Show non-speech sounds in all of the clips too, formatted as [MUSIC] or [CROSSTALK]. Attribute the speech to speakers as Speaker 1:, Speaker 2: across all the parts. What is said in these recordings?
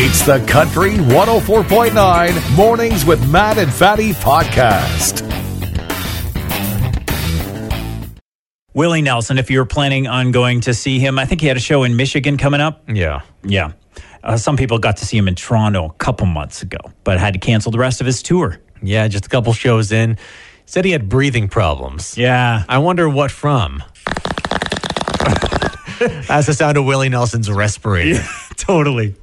Speaker 1: It's the Country 104.9 Mornings with Matt and Fatty podcast.
Speaker 2: Willie Nelson, if you were planning on going to see him, I think he had a show in Michigan coming up.
Speaker 3: Yeah.
Speaker 2: Yeah. Uh, some people got to see him in Toronto a couple months ago, but had to cancel the rest of his tour.
Speaker 3: Yeah, just a couple shows in. Said he had breathing problems.
Speaker 2: Yeah.
Speaker 3: I wonder what from. [LAUGHS] That's the sound of Willie Nelson's respirator.
Speaker 2: [LAUGHS] totally.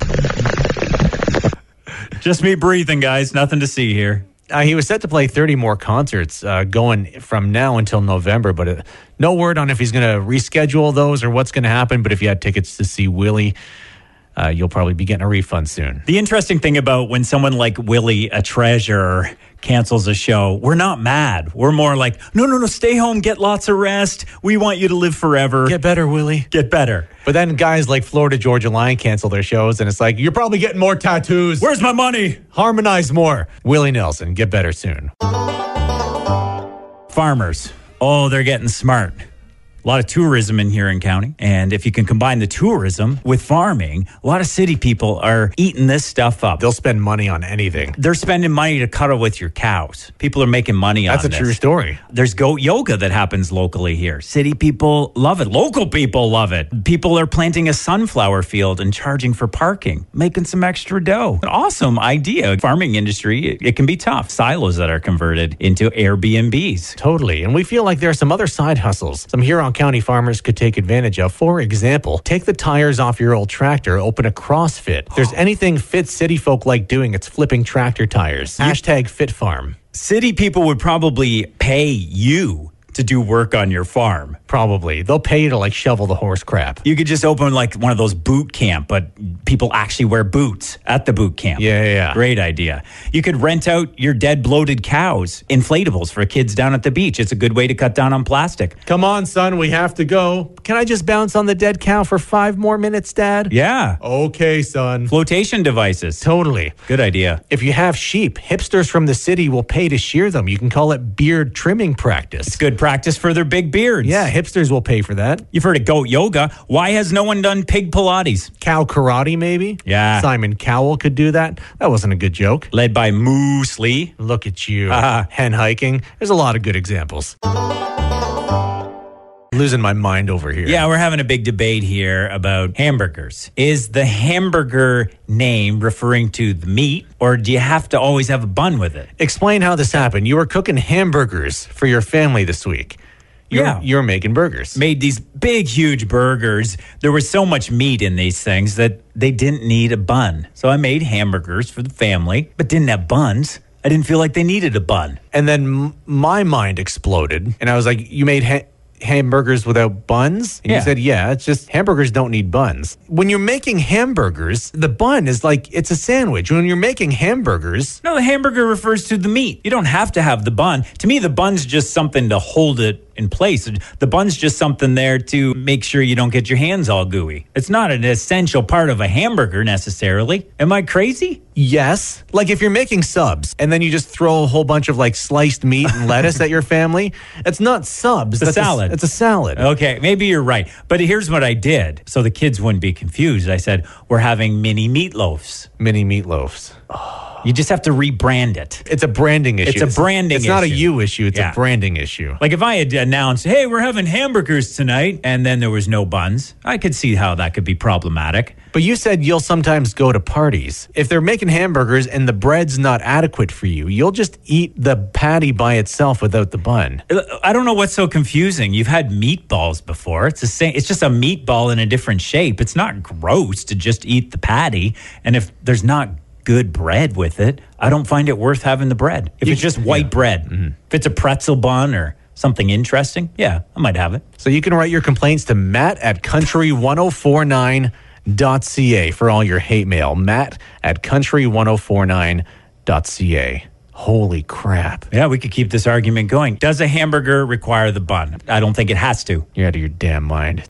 Speaker 2: Just me breathing, guys. Nothing to see here.
Speaker 3: Uh, he was set to play 30 more concerts uh, going from now until November, but uh, no word on if he's going to reschedule those or what's going to happen. But if you had tickets to see Willie, uh, you'll probably be getting a refund soon.
Speaker 2: The interesting thing about when someone like Willie, a treasure, cancels a show, we're not mad. We're more like, no, no, no, stay home, get lots of rest. We want you to live forever,
Speaker 3: Get better, Willie.
Speaker 2: get better.
Speaker 3: But then guys like Florida Georgia Line cancel their shows, and it's like, you're probably getting more tattoos.
Speaker 2: Where's my money?
Speaker 3: harmonize more. Willie Nelson, get better soon.
Speaker 2: farmers. Oh, they're getting smart. A lot of tourism in here in county. And if you can combine the tourism with farming, a lot of city people are eating this stuff up.
Speaker 3: They'll spend money on anything.
Speaker 2: They're spending money to cuddle with your cows. People are making money
Speaker 3: That's a
Speaker 2: on this.
Speaker 3: true story.
Speaker 2: There's goat yoga that happens locally here. City people love it. Local people love it. People are planting a sunflower field and charging for parking, making some extra dough. An awesome idea. Farming industry, it, it can be tough. Silos that are converted into Airbnbs.
Speaker 3: Totally. And we feel like there are some other side hustles some Huron County farmers could take advantage of. For example, take the tires off your old tractor, open a CrossFit. If there's anything fit city folk like doing, it's flipping tractor tires. Hashtag fit farm.
Speaker 2: city people would probably pay you to do work on your farm.
Speaker 3: Probably. They'll pay you to like shovel the horse crap.
Speaker 2: You could just open like one of those boot camp, but people actually wear boots at the boot camp.
Speaker 3: Yeah, yeah, yeah.
Speaker 2: Great idea. You could rent out your dead bloated cows, inflatables for kids down at the beach. It's a good way to cut down on plastic.
Speaker 3: Come on, son, we have to go. Can I just bounce on the dead cow for five more minutes, Dad?
Speaker 2: Yeah.
Speaker 3: Okay, son.
Speaker 2: Flotation devices.
Speaker 3: Totally.
Speaker 2: Good idea.
Speaker 3: If you have sheep, hipsters from the city will pay to shear them. You can call it beard trimming practice.
Speaker 2: Good practice for their big beards.
Speaker 3: Yeah, hipsters will pay for that.
Speaker 2: You've heard of goat yoga. Why has no one done pig Pilates?
Speaker 3: Cow karate, maybe?
Speaker 2: Yeah.
Speaker 3: Simon Cowell could do that. That wasn't a good joke.
Speaker 2: Led by Moose Lee.
Speaker 3: Look at you.
Speaker 2: Uh-huh.
Speaker 3: Hen hiking. There's a lot of good examples. Losing my mind over here.
Speaker 2: Yeah, we're having a big debate here about hamburgers. Is the hamburger name referring to the meat, or do you have to always have a bun with it?
Speaker 3: Explain how this happened. You were cooking hamburgers for your family this week. You're,
Speaker 2: Yeah.
Speaker 3: You're making burgers.
Speaker 2: Made these big, huge burgers. There was so much meat in these things that they didn't need a bun. So I made hamburgers for the family, but didn't have buns. I didn't feel like they needed a bun.
Speaker 3: And then m- my mind exploded, and I was like, "You made ha- hamburgers without buns?" And
Speaker 2: Yeah.
Speaker 3: you said, "Yeah, it's just hamburgers don't need buns." When you're making hamburgers, the bun is like it's a sandwich. When you're making hamburgers,
Speaker 2: No, the hamburger refers to the meat. You don't have to have the bun. To me, the bun's just something to hold it in place. The bun's just something there to make sure you don't get your hands all gooey. It's not an essential part of a hamburger necessarily. Am I crazy?
Speaker 3: yes, like if you're making subs and then you just throw a whole bunch of like sliced meat and lettuce at your family, it's not subs.
Speaker 2: a
Speaker 3: that's
Speaker 2: salad. Oh.
Speaker 3: it's a salad.
Speaker 2: Okay, maybe you're right. But here's what I did so the kids wouldn't be confused. I said, We're having mini meatloafs.
Speaker 3: Mini meatloafs.
Speaker 2: You just have to rebrand it.
Speaker 3: It's a branding issue.
Speaker 2: a branding
Speaker 3: It's not a
Speaker 2: issue.
Speaker 3: you issue. It's
Speaker 2: Yeah.
Speaker 3: a branding issue.
Speaker 2: Like if I had announced, "Hey, we're having hamburgers tonight," and then there was no buns, I could see how that could be problematic.
Speaker 3: But you said you'll sometimes go to parties. If they're making hamburgers and the bread's not adequate for you, you'll just eat the patty by itself without the bun.
Speaker 2: I don't know what's so confusing. You've had meatballs before. It's the same. It's just a meatball in a different shape. It's not gross to just eat the patty. And if there's not good bread with it, I don't find it worth having the bread. If it's just white bread, if it's a pretzel bun or something interesting, yeah, I might have it.
Speaker 3: So you can write your complaints to Matt at country1049.ca for all your hate mail. Matt at country1049.ca. Holy crap.
Speaker 2: Yeah, we could keep this argument going. Does a hamburger require the bun? I don't think it has to.
Speaker 3: You're out of your damn mind.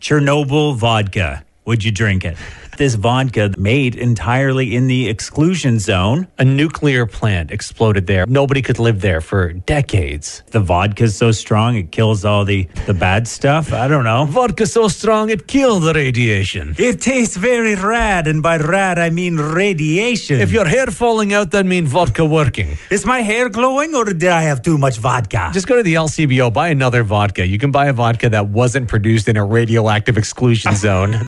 Speaker 2: Chernobyl vodka would you drink [LAUGHS] it? This vodka made entirely in the exclusion zone.
Speaker 3: A nuclear plant exploded there. Nobody could live there for decades.
Speaker 2: The vodka's so strong it kills all the, the bad stuff. I don't know.
Speaker 3: Vodka so strong it killed the radiation.
Speaker 2: It tastes very rad, and by rad I mean radiation.
Speaker 3: If your hair falling out, that means vodka working.
Speaker 2: Mm. is my hair glowing or did I have too much vodka?
Speaker 3: Just go to the LCBO, buy another vodka. You can buy a vodka that wasn't produced in a radioactive
Speaker 2: [LAUGHS]
Speaker 3: exclusion zone.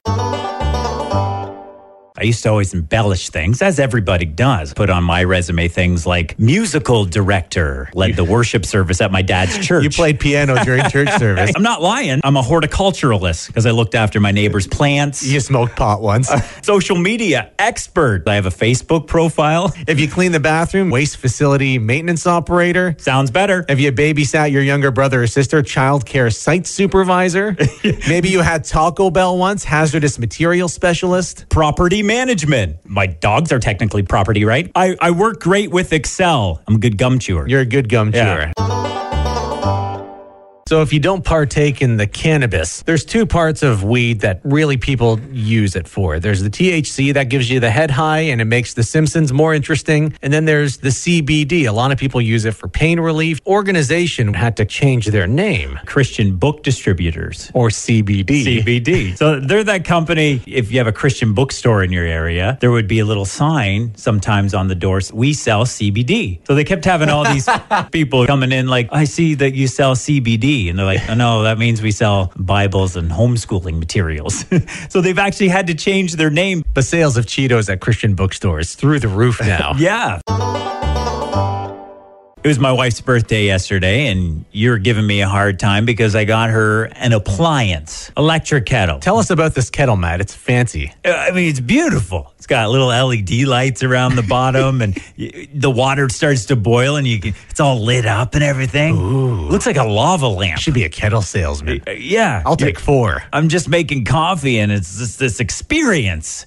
Speaker 2: I used to always embellish things, as everybody does. Put on my resume things like musical director, led the worship service at my dad's church.
Speaker 3: You played piano during
Speaker 2: [LAUGHS]
Speaker 3: church service.
Speaker 2: I'm not lying. I'm a horticulturalist because I looked after my neighbor's plants.
Speaker 3: You smoked pot once.
Speaker 2: Social media expert. I have a Facebook profile.
Speaker 3: If you clean the bathroom, waste facility maintenance operator.
Speaker 2: Sounds better.
Speaker 3: Have you babysat your younger brother or sister, child care site
Speaker 2: [LAUGHS]
Speaker 3: supervisor? Maybe you had Taco Bell once, hazardous material specialist.
Speaker 2: Property management. My dogs are technically property, right? I, I work great with Excel. I'm a good gum chewer.
Speaker 3: You're a good gum
Speaker 2: Yeah.
Speaker 3: chewer. So, if you don't partake in the cannabis, there's two parts of weed that really people use it for. There's the THC that gives you the head high and it makes The Simpsons more interesting. And then there's the CBD. A lot of people use it for pain relief. Organization had to change their name
Speaker 2: Christian book distributors.
Speaker 3: or CBD.
Speaker 2: CBD. So they're that company. If you have a Christian bookstore in your area, there would be a little sign sometimes on the doors. We sell CBD. So they kept having all these people coming in like, I see that you sell CBD, and they're like, oh, no, that means we sell Bibles and homeschooling materials. [LAUGHS] so they've actually had to change their name.
Speaker 3: The sales of Cheetos at Christian bookstores through
Speaker 2: [LAUGHS]
Speaker 3: the roof now.
Speaker 2: Yeah. It was my wife's birthday yesterday, and you're giving me a hard time because I got her an appliance, electric kettle.
Speaker 3: Tell us about this kettle, Matt. It's fancy.
Speaker 2: Uh, I mean, it's beautiful. It's got little LED lights around the bottom, and y- the water starts to boil, and you can, it's all lit up and everything. Looks like a lava lamp.
Speaker 3: Should be a kettle salesman.
Speaker 2: Uh, yeah,
Speaker 3: I'll take four.
Speaker 2: I'm just making coffee, and it's just this experience.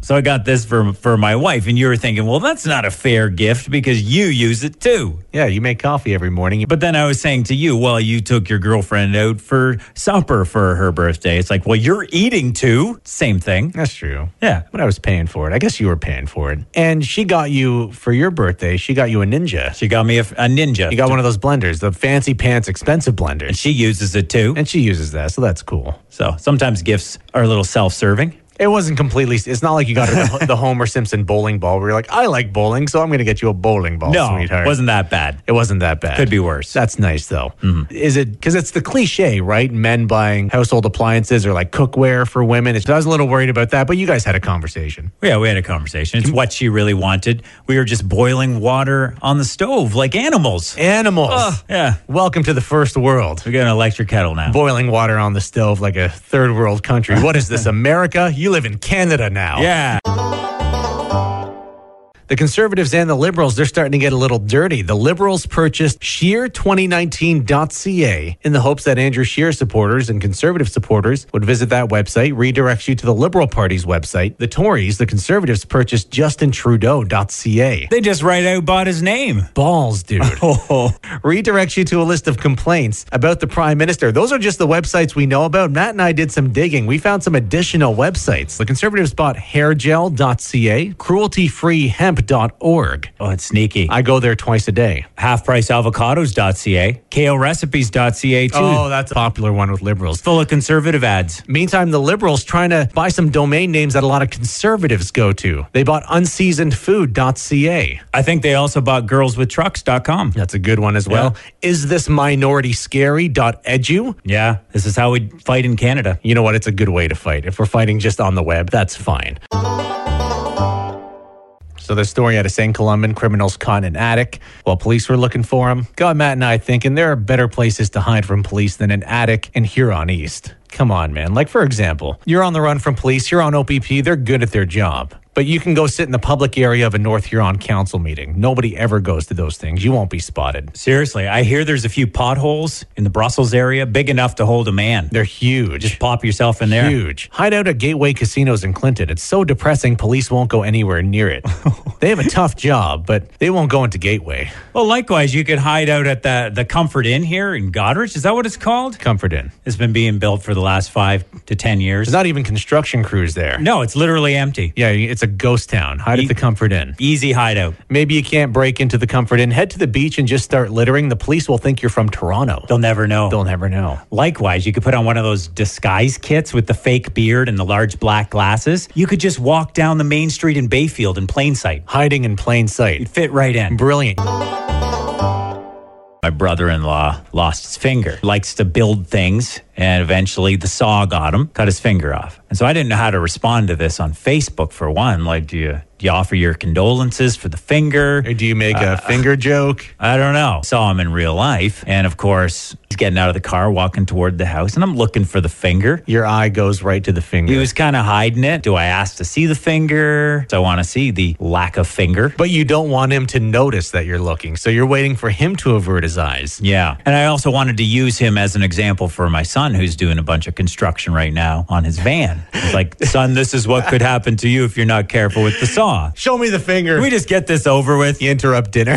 Speaker 2: So I got this for for my wife, and you were thinking, well, that's not a fair gift because you use it too.
Speaker 3: Yeah, you make coffee every morning. But
Speaker 2: But then I was saying to you, well, you took your girlfriend out for supper for her birthday. It's like, well, you're eating too. Same thing.
Speaker 3: that's true.
Speaker 2: Yeah.
Speaker 3: But I was paying for it. I guess you were paying for it. And she got you, for your birthday, she got you a ninja.
Speaker 2: She got me a, a ninja.
Speaker 3: You got one of those blenders, the fancy pants expensive blenders.
Speaker 2: She uses it too.
Speaker 3: And she uses that, so that's cool.
Speaker 2: So sometimes gifts are a little self serving.
Speaker 3: It wasn't completely, it's not like you got her the, the Homer Simpson bowling ball where you're like, I like bowling, so I'm going to get you a bowling ball,
Speaker 2: No,
Speaker 3: Oh, sweetheart.
Speaker 2: wasn't that bad.
Speaker 3: It wasn't that bad.
Speaker 2: Could be Mm-hmm. worse.
Speaker 3: That's nice though. Is it because it's the cliche, right? Men buying household appliances or like cookware for women. It's, I was a little worried about that, but you guys had a conversation.
Speaker 2: Yeah, we had a conversation. It's what she really wanted. We were just boiling water on the stove like animals.
Speaker 3: Animals.
Speaker 2: Yeah.
Speaker 3: Welcome to the first world.
Speaker 2: We got an electric kettle now.
Speaker 3: Boiling water on the stove like a third world country. What is this, America? You live in Canada now.
Speaker 2: Yeah.
Speaker 3: The conservatives and the liberals, they're starting to get a little dirty. The liberals purchased sheer2019.ca in the hopes that Andrew Shear supporters and conservative supporters would visit that website, redirects you to the Liberal Party's website. The Tories, the conservatives, purchased justintrudeau.ca.
Speaker 2: They just right out bought his name.
Speaker 3: Balls, dude.
Speaker 2: [LAUGHS] Oh,
Speaker 3: Redirects you to a list of complaints about the prime minister. Those are just the websites we know about. Matt and I did some digging. We found some additional websites. The conservatives bought hairgel.ca, crueltyfreehemp.org.
Speaker 2: oh it's sneaky.
Speaker 3: I go there twice a day.
Speaker 2: Halfpriceavocados.ca, KORecipes.ca too.
Speaker 3: that's a popular one with liberals.
Speaker 2: Full of conservative ads.
Speaker 3: Meantime, the liberals trying to buy some domain names that a lot of conservatives go to. They bought unseasonedfood.ca.
Speaker 2: I think they also bought girlswithtrucks.com.
Speaker 3: That's a good one as well. Is this minority scary.edu?
Speaker 2: Yeah, this is how we fight in Canada.
Speaker 3: You know what? It's a good way to fight. If we're fighting just on the web, that's fine. So the story out of St. Columban, criminals caught in an attic while police were looking for him. Got Matt and I thinking there are better places to hide from police than an attic in Huron East. Come on, man. Like, for example, you're on the run from police, you're on OPP, they're good at their job. But you can go sit in the public area of a North Huron council meeting. Nobody ever goes to those things. You won't be spotted.
Speaker 2: Seriously, I hear there's a few potholes in the Brussels area big enough to hold a man.
Speaker 3: They're huge.
Speaker 2: Pop yourself in there.
Speaker 3: Huge. Hide out at Gateway Casinos in Clinton. It's so depressing, police won't go anywhere near
Speaker 2: [LAUGHS]
Speaker 3: it. they have a tough job, but they won't go into Gateway.
Speaker 2: Well, likewise, you could hide out at the, the Comfort Inn here in Goderich. Is that what it's called?
Speaker 3: Comfort Inn.
Speaker 2: It's been being built for the last five to 10 years.
Speaker 3: There's not even construction crews there.
Speaker 2: no, it's literally empty.
Speaker 3: Yeah, it's a ghost town. Hide at the Comfort Inn.
Speaker 2: Easy hideout.
Speaker 3: Maybe you can't break into the Comfort Inn. Head to the beach and just start littering. The police will think you're from Toronto.
Speaker 2: They'll never know.
Speaker 3: They'll never know.
Speaker 2: Likewise, you could put on one of those disguise kits with the fake beard and the large black glasses. You could just walk down the main street in Bayfield in plain sight.
Speaker 3: Hiding in plain sight.
Speaker 2: Fit right in.
Speaker 3: Brilliant.
Speaker 2: My brother in law lost his finger, likes to build things, and eventually the saw got him, cut his finger off. And so I didn't know how to respond to this on Facebook for one. Like, do you, do you offer your condolences for the finger?
Speaker 3: Or do you make a finger joke?
Speaker 2: I don't know. Saw him in real life. And of course, he's getting out of the car, walking toward the house, and I'm looking for the finger.
Speaker 3: Your eye goes right to the finger.
Speaker 2: He was kind of hiding it. Do I ask to see the finger? Do I want to see the lack of finger?
Speaker 3: but you don't want him to notice that you're looking. So you're waiting for him to avert his eyes.
Speaker 2: Yeah. And I also wanted to use him as an example for my son who's doing a bunch of construction right now on his van. It's like, son, this is what could happen to you if you're not careful with the saw.
Speaker 3: Show me the finger.
Speaker 2: Can we just get this over with?
Speaker 3: you [LAUGHS] interrupt dinner,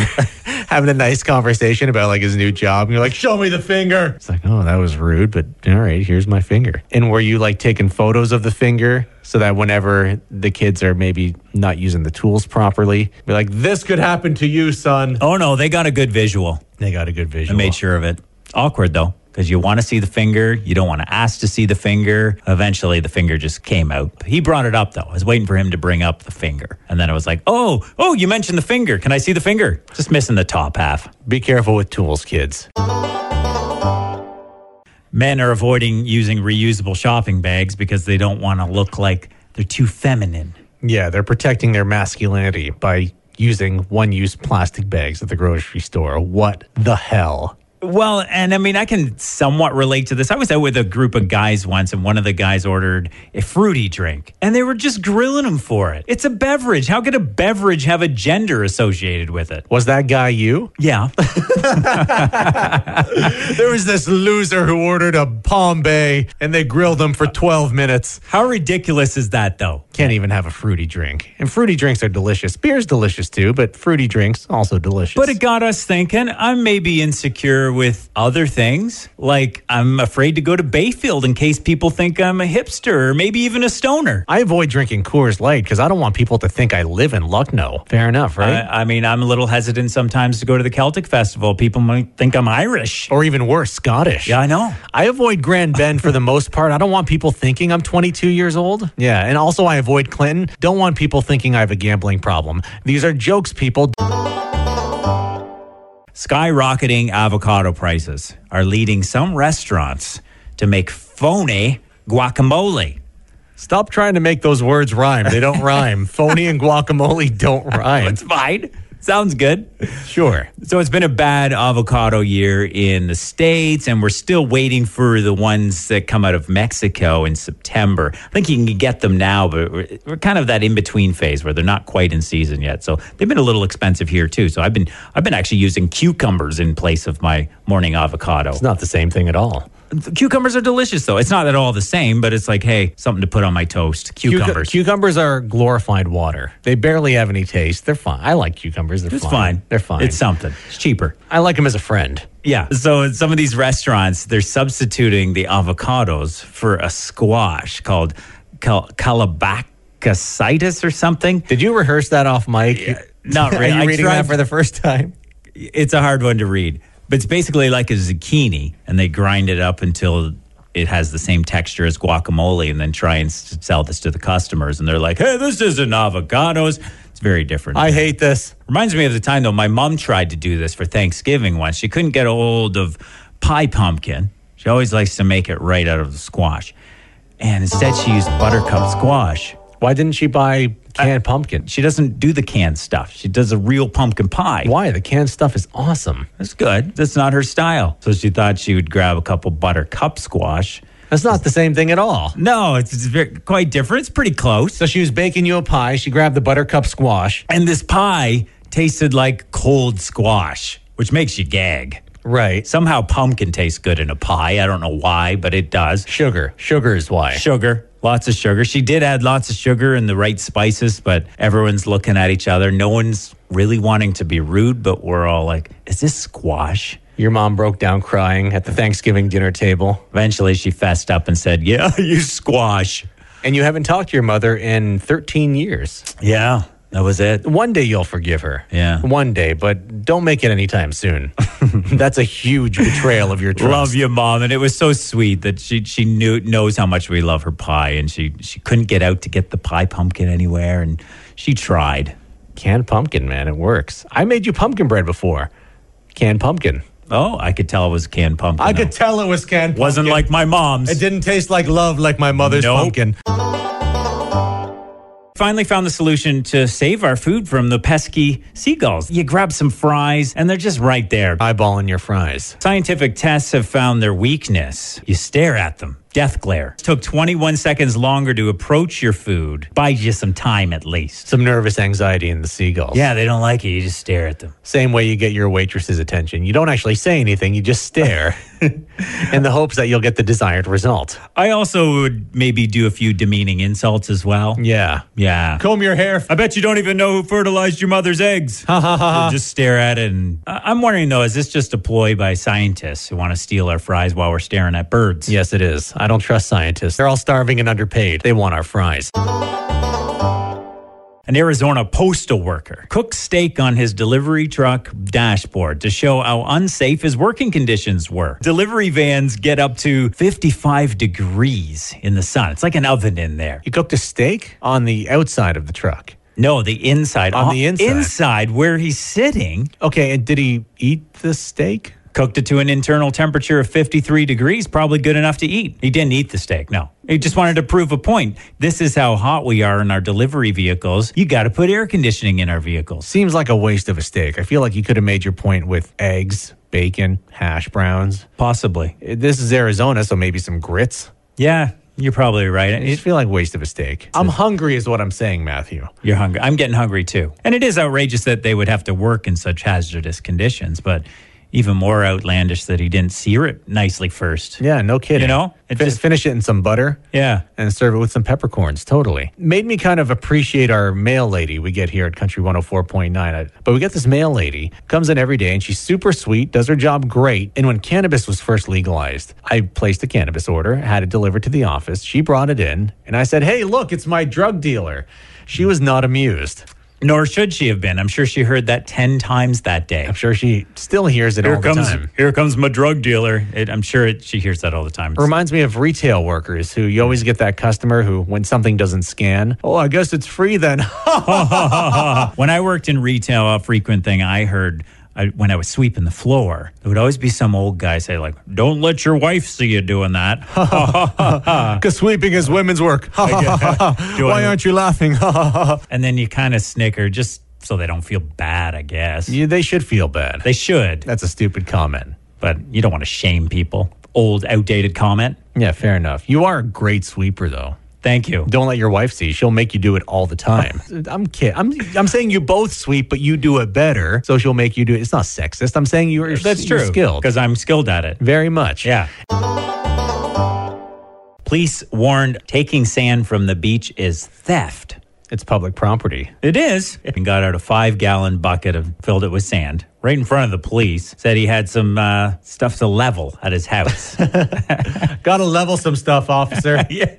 Speaker 3: having a nice conversation about like his new job, and you're like, "Show me the finger." It's like, "Oh, that was rude, but all right, here's my finger." And were you like taking photos of the finger so that whenever the kids are maybe not using the tools properly, be like, "This could happen to you, son."
Speaker 2: Oh, no, they got a good visual.
Speaker 3: They got a good
Speaker 2: I
Speaker 3: vision.
Speaker 2: made sure of it. Awkward, though. Because you want to see the finger, you don't want to ask to see the finger. Eventually, the finger just came out. He brought it up, though. I was waiting for him to bring up the finger. And then I was like, oh, oh, you mentioned the finger. Can I see the finger? Just missing the top half.
Speaker 3: Be careful with tools, kids.
Speaker 2: Men are avoiding using reusable shopping bags because they don't want to look like they're too feminine.
Speaker 3: Yeah, they're protecting their masculinity by using one-use plastic bags at the grocery store. What the hell?
Speaker 2: Well, and I mean, I can somewhat relate to this. I was out with a group of guys once, and one of the guys ordered a fruity drink, and they were just grilling him for it. It's a beverage. How could a beverage have a gender associated with it?
Speaker 3: Was that guy you?
Speaker 2: Yeah.
Speaker 3: There was this loser who ordered a Palm Bay and they grilled him for 12 minutes.
Speaker 2: [LAUGHS] How ridiculous is that, though?
Speaker 3: Can't even have a fruity drink. And fruity drinks are delicious. Beer's delicious too, but fruity drinks also delicious.
Speaker 2: But it got us thinking I'm maybe insecure with other things. Like, I'm afraid to go to Bayfield in case people think I'm a hipster or maybe even a stoner.
Speaker 3: I avoid drinking Coors Light because I don't want people to think I live in Lucknow. Fair enough, right?
Speaker 2: I, I mean, I'm a little hesitant sometimes to go to the Celtic Festival. People might think I'm Irish.
Speaker 3: or even worse, Scottish.
Speaker 2: Yeah, I know.
Speaker 3: I avoid Grand Bend [LAUGHS] for the most part. I don't want people thinking I'm 22 years old. Yeah, and also I avoid Clinton. Don't want people thinking I have a gambling problem. These are jokes, people.
Speaker 2: Skyrocketing avocado prices are leading some restaurants to make phony guacamole.
Speaker 3: Stop trying to make those words rhyme. They don't rhyme. [LAUGHS] Phony and guacamole don't rhyme.
Speaker 2: It's fine. Sounds good.
Speaker 3: Sure.
Speaker 2: So it's been a bad avocado year in the States, and we're still waiting for the ones that come out of Mexico in September. I think you can get them now, but we're, we're kind of that in between phase where they're not quite in season yet. So they've been a little expensive here too. So I've been I've been actually using cucumbers in place of my morning avocado.
Speaker 3: It's not the same thing at all.
Speaker 2: Cucumbers are delicious though. It's not at all the same, but it's like, hey, something to put on my toast. Cucumbers.
Speaker 3: cucumbers are glorified water. They barely have any taste. They're fine. I like cucumbers. They're
Speaker 2: it's fine.
Speaker 3: They're fine.
Speaker 2: It's something. It's cheaper.
Speaker 3: I like them as a friend.
Speaker 2: Yeah. So in some of these restaurants, they're substituting the avocados for a squash called cal- calabacitis or something.
Speaker 3: Did you rehearse that off mic?
Speaker 2: not
Speaker 3: [LAUGHS] Are
Speaker 2: really.
Speaker 3: you
Speaker 2: I
Speaker 3: reading
Speaker 2: tried-
Speaker 3: that for the first time?
Speaker 2: It's a hard one to read, but it's basically like a zucchini, and they grind it up until it has the same texture as guacamole, and then try and s- sell this to the customers. And they're like, "Hey, this isn't avocados." It's very different.
Speaker 3: I hate this.
Speaker 2: Reminds me of the time though, my mom tried to do this for Thanksgiving once. She couldn't get a hold of pie pumpkin. She always likes to make it right out of the squash. And instead, she used buttercup squash.
Speaker 3: Why didn't she buy canned pumpkin?
Speaker 2: She doesn't do the canned stuff, she does a real pumpkin pie.
Speaker 3: Why? The canned stuff is awesome.
Speaker 2: That's good. That's not her style. So she thought she would grab a couple buttercup squash
Speaker 3: That's not the same thing at all.
Speaker 2: No, it's, it's very, quite different. It's pretty close.
Speaker 3: So she was baking you a pie. She grabbed the buttercup squash.
Speaker 2: And this pie tasted like cold squash, which makes you gag.
Speaker 3: Right.
Speaker 2: Somehow pumpkin tastes good in a pie. I don't know why, but it does.
Speaker 3: Sugar. Sugar is why.
Speaker 2: Sugar, lots of sugar. She did add lots of sugar and the right spices, but everyone's looking at each other. No one's really wanting to be rude, but we're all like, is this squash?
Speaker 3: Your mom broke down crying at the Thanksgiving dinner table.
Speaker 2: Eventually, she fessed up and said, yeah, [LAUGHS] you squash.
Speaker 3: And you haven't talked to your mother in 13 years.
Speaker 2: Yeah, that was it.
Speaker 3: One day you'll forgive her.
Speaker 2: Yeah.
Speaker 3: One day, but don't make it anytime [LAUGHS] soon. That's a huge betrayal of your trust.
Speaker 2: Love you, mom, and it was so sweet that she she knew knows how much we love her pie, and she she couldn't get out to get the pie pumpkin anywhere, and she tried.
Speaker 3: Canned pumpkin, man. It works. I made you pumpkin bread before. Canned pumpkin.
Speaker 2: Oh, I could tell it was canned pumpkin.
Speaker 3: I could tell it was canned
Speaker 2: wasn't
Speaker 3: pumpkin.
Speaker 2: like my mom's.
Speaker 3: It didn't taste like love like my mother's
Speaker 2: Nope.
Speaker 3: pumpkin.
Speaker 2: Finally, found the solution to save our food from the pesky seagulls. You grab some fries, and they're just right there.
Speaker 3: Eyeballing your fries.
Speaker 2: Scientific tests have found their weakness. You stare at them. Death glare. took 21 seconds longer to approach your food. Buys you some time at least.
Speaker 3: Some nervous anxiety in the seagulls.
Speaker 2: Yeah, they don't like it. You just stare at them.
Speaker 3: Same way you get your waitress's attention. You don't actually say anything, you just
Speaker 2: [LAUGHS]
Speaker 3: stare in the hopes that you'll get the desired result.
Speaker 2: I also would maybe do a few demeaning insults as well.
Speaker 3: Yeah.
Speaker 2: Yeah.
Speaker 3: Comb your hair.
Speaker 2: I bet you don't even know who fertilized your mother's eggs. [LAUGHS] Ha ha ha. Just stare at it. And I- I'm wondering though, is this just a ploy by scientists who want to steal our fries while we're staring at birds?
Speaker 3: [LAUGHS] Yes, it is. I don't trust scientists. They're all starving and underpaid. They want our fries.
Speaker 2: An Arizona postal worker cooked steak on his delivery truck dashboard to show how unsafe his working conditions were. Delivery vans get up to 55 degrees in the sun. It's like an oven in there.
Speaker 3: You cooked a steak on the outside of the truck.
Speaker 2: No, the inside. uh,
Speaker 3: On the inside.
Speaker 2: Inside where he's sitting.
Speaker 3: Okay, and did he eat the steak?
Speaker 2: Cooked it to an internal temperature of 53 degrees, probably good enough to eat. He didn't eat the steak, no. He just wanted to prove a point. This is how hot we are in our delivery vehicles. You got to put air conditioning in our vehicles.
Speaker 3: Seems like a waste of a steak. I feel like you could have made your point with eggs, bacon, hash browns.
Speaker 2: Possibly.
Speaker 3: This is Arizona, so maybe some grits.
Speaker 2: Yeah, you're probably right.
Speaker 3: I just feel like waste of a steak. I'm hungry, is what I'm saying, Matthew.
Speaker 2: You're hungry. I'm getting hungry too. And it is outrageous that they would have to work in such hazardous conditions, but even more outlandish that he didn't sear it nicely first.
Speaker 3: Yeah, no kidding.
Speaker 2: You know, it
Speaker 3: Fi-
Speaker 2: just-
Speaker 3: finish it in some butter
Speaker 2: Yeah.
Speaker 3: and serve it with some peppercorns. Totally made me kind of appreciate our mail lady we get here at Country 104.9. I- But we get this mail lady comes in every day and she's super sweet, does her job great. And when cannabis was first legalized, I placed a cannabis order, had it delivered to the office. She brought it in, and I said, "Hey, look, it's my drug dealer." She was not amused.
Speaker 2: Nor should she have been. I'm sure she heard that 10 times that day.
Speaker 3: I'm sure she still hears it all
Speaker 2: Here
Speaker 3: the
Speaker 2: comes,
Speaker 3: time.
Speaker 2: here comes my drug dealer. It, I'm sure it, she hears that all the time. It's-
Speaker 3: Reminds me of retail workers who you always get that customer who, when something doesn't scan, oh, I guess it's free then. [LAUGHS]
Speaker 2: When I worked in retail, a frequent thing I heard I, when I was sweeping the floor, there would always be some old guy say like, "Don't let your wife see you doing that."
Speaker 3: Because sweeping is women's work. [LAUGHS]
Speaker 2: Do
Speaker 3: Why
Speaker 2: I-
Speaker 3: aren't you laughing? [LAUGHS]
Speaker 2: and then you kind of snicker just so they don't feel bad, I guess.
Speaker 3: Yeah, they should feel bad.
Speaker 2: They should,
Speaker 3: That's a stupid comment.
Speaker 2: but you don't want to shame people. Old, outdated comment.
Speaker 3: Yeah, fair enough. You are a great sweeper, though.
Speaker 2: Thank you.
Speaker 3: Don't let your wife see. She'll make you do it all the time. [LAUGHS] I'm kidding. I'm, I'm saying you both sweep, but you do it better. So she'll make you do it. It's not sexist. I'm saying you're,
Speaker 2: That's
Speaker 3: you're
Speaker 2: true.
Speaker 3: skilled.
Speaker 2: because I'm skilled at it.
Speaker 3: Very much.
Speaker 2: Yeah. Police warned taking sand from the beach is theft.
Speaker 3: It's public property.
Speaker 2: It is. And got out a five gallon bucket and filled it with sand right in front of the police. Said he had some uh, stuff to level at his house. [LAUGHS]
Speaker 3: Gotta level some stuff, officer.
Speaker 2: yeah,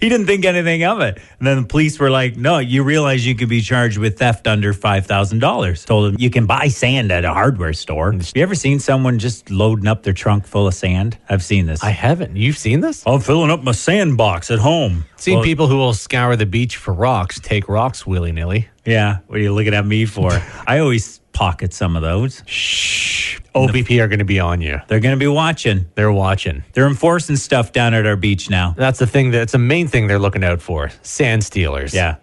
Speaker 2: he didn't think anything of it. And then the police were like, no, you realize you could be charged with theft under $5,000. Told him you can buy sand at a hardware store. Have you ever seen someone just loading up their trunk full of sand? I've seen this.
Speaker 3: [LAUGHS] I haven't. You've seen this?
Speaker 2: I'm filling up my sandbox at home.
Speaker 3: Seen
Speaker 2: Well,
Speaker 3: people who will scour the beach for rocks, take rocks willy nilly.
Speaker 2: Yeah. What are you looking at me for? I always pocket some of those.
Speaker 3: Shh. OBP are going to be on you.
Speaker 2: They're going to be watching.
Speaker 3: They're watching.
Speaker 2: They're enforcing stuff down at our beach now.
Speaker 3: That's the thing. That's the main thing they're looking out for. Sand stealers.
Speaker 2: Yeah.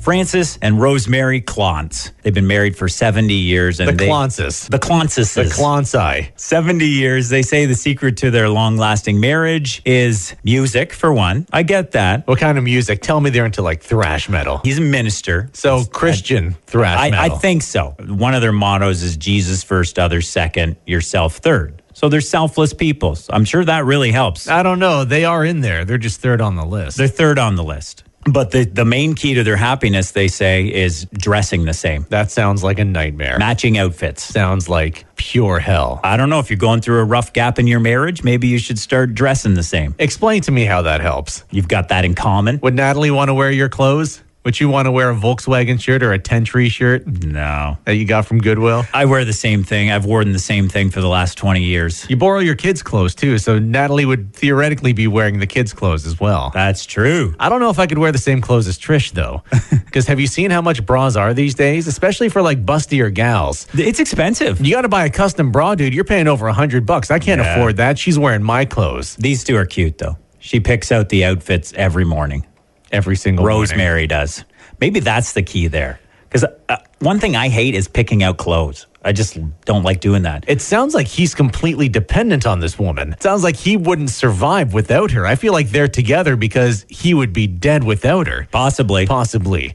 Speaker 2: Francis and Rosemary Clontz. They've been married for 70 years. And
Speaker 3: The
Speaker 2: they-
Speaker 3: Clonsis.
Speaker 2: The Clontses.
Speaker 3: The Clonsai.
Speaker 2: 70 years. They say the secret to their long lasting marriage is music, for one. I get that.
Speaker 3: What kind of music? Tell me they're into like thrash metal.
Speaker 2: He's a minister.
Speaker 3: So Christian thrash
Speaker 2: I, I
Speaker 3: metal.
Speaker 2: think so. One of their mottos is Jesus first, others second, yourself third. So they're selfless people. So I'm sure that really helps.
Speaker 3: I don't know. They are in there. They're just third on the list.
Speaker 2: They're third on the list. But the, the main key to their happiness, they say, is dressing the same,
Speaker 3: that sounds like a nightmare.
Speaker 2: matching outfits.
Speaker 3: sounds like pure hell.
Speaker 2: I don't know if you're going through a rough gap in your marriage, maybe you should start dressing the same.
Speaker 3: Explain to me how that helps.
Speaker 2: You've got that in common.
Speaker 3: Would Natalie want to wear your clothes? Would you want to wear a Volkswagen shirt or a 10 tree shirt
Speaker 2: No.
Speaker 3: that you got from Goodwill?
Speaker 2: I wear the same thing. I've worn the same thing for the last 20 years.
Speaker 3: You borrow your kids' clothes too, so Natalie would theoretically be wearing the kids' clothes as well.
Speaker 2: That's true.
Speaker 3: I don't know if I could wear the same clothes as
Speaker 2: [LAUGHS]
Speaker 3: Trish though, because have you seen how much bras are these days, especially for like bustier gals?
Speaker 2: It's expensive.
Speaker 3: You got to buy a custom bra, dude. You're paying over a hundred bucks. I can't
Speaker 2: Yeah.
Speaker 3: afford that. She's wearing my clothes
Speaker 2: These two are cute, though. She picks out the outfits every morning.
Speaker 3: every single morning.
Speaker 2: Rosemary does. Maybe that's the key there. Because uh, one thing I hate is picking out clothes. I just don't like doing that.
Speaker 3: It sounds like he's completely dependent on this woman. It sounds like he wouldn't survive without her. I feel like they're together because he would be dead without her,
Speaker 2: Possibly.
Speaker 3: possibly.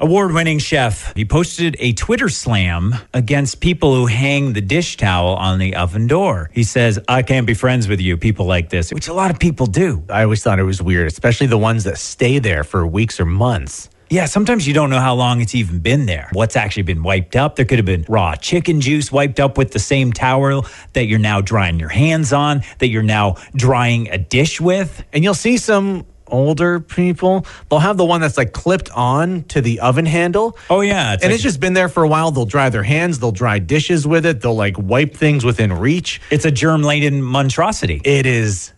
Speaker 2: Award winning chef. He posted a Twitter slam against people who hang the dish towel on the oven door. He says, I can't be friends with you, people like this, which a lot of people do.
Speaker 3: I always thought it was weird, especially the ones that stay there for weeks or months.
Speaker 2: Yeah, sometimes you don't know how long it's even been there. What's actually been wiped up? There could have been raw chicken juice wiped up with the same towel that you're now drying your hands on, that you're now drying a dish with.
Speaker 3: And you'll see some older people, they'll have the one that's like clipped on to the oven handle.
Speaker 2: Oh, yeah. It's
Speaker 3: and
Speaker 2: like-
Speaker 3: it's just been there for a while. They'll dry their hands, they'll dry dishes with it, they'll like wipe things within reach.
Speaker 2: it's a germ laden monstrosity.
Speaker 3: It is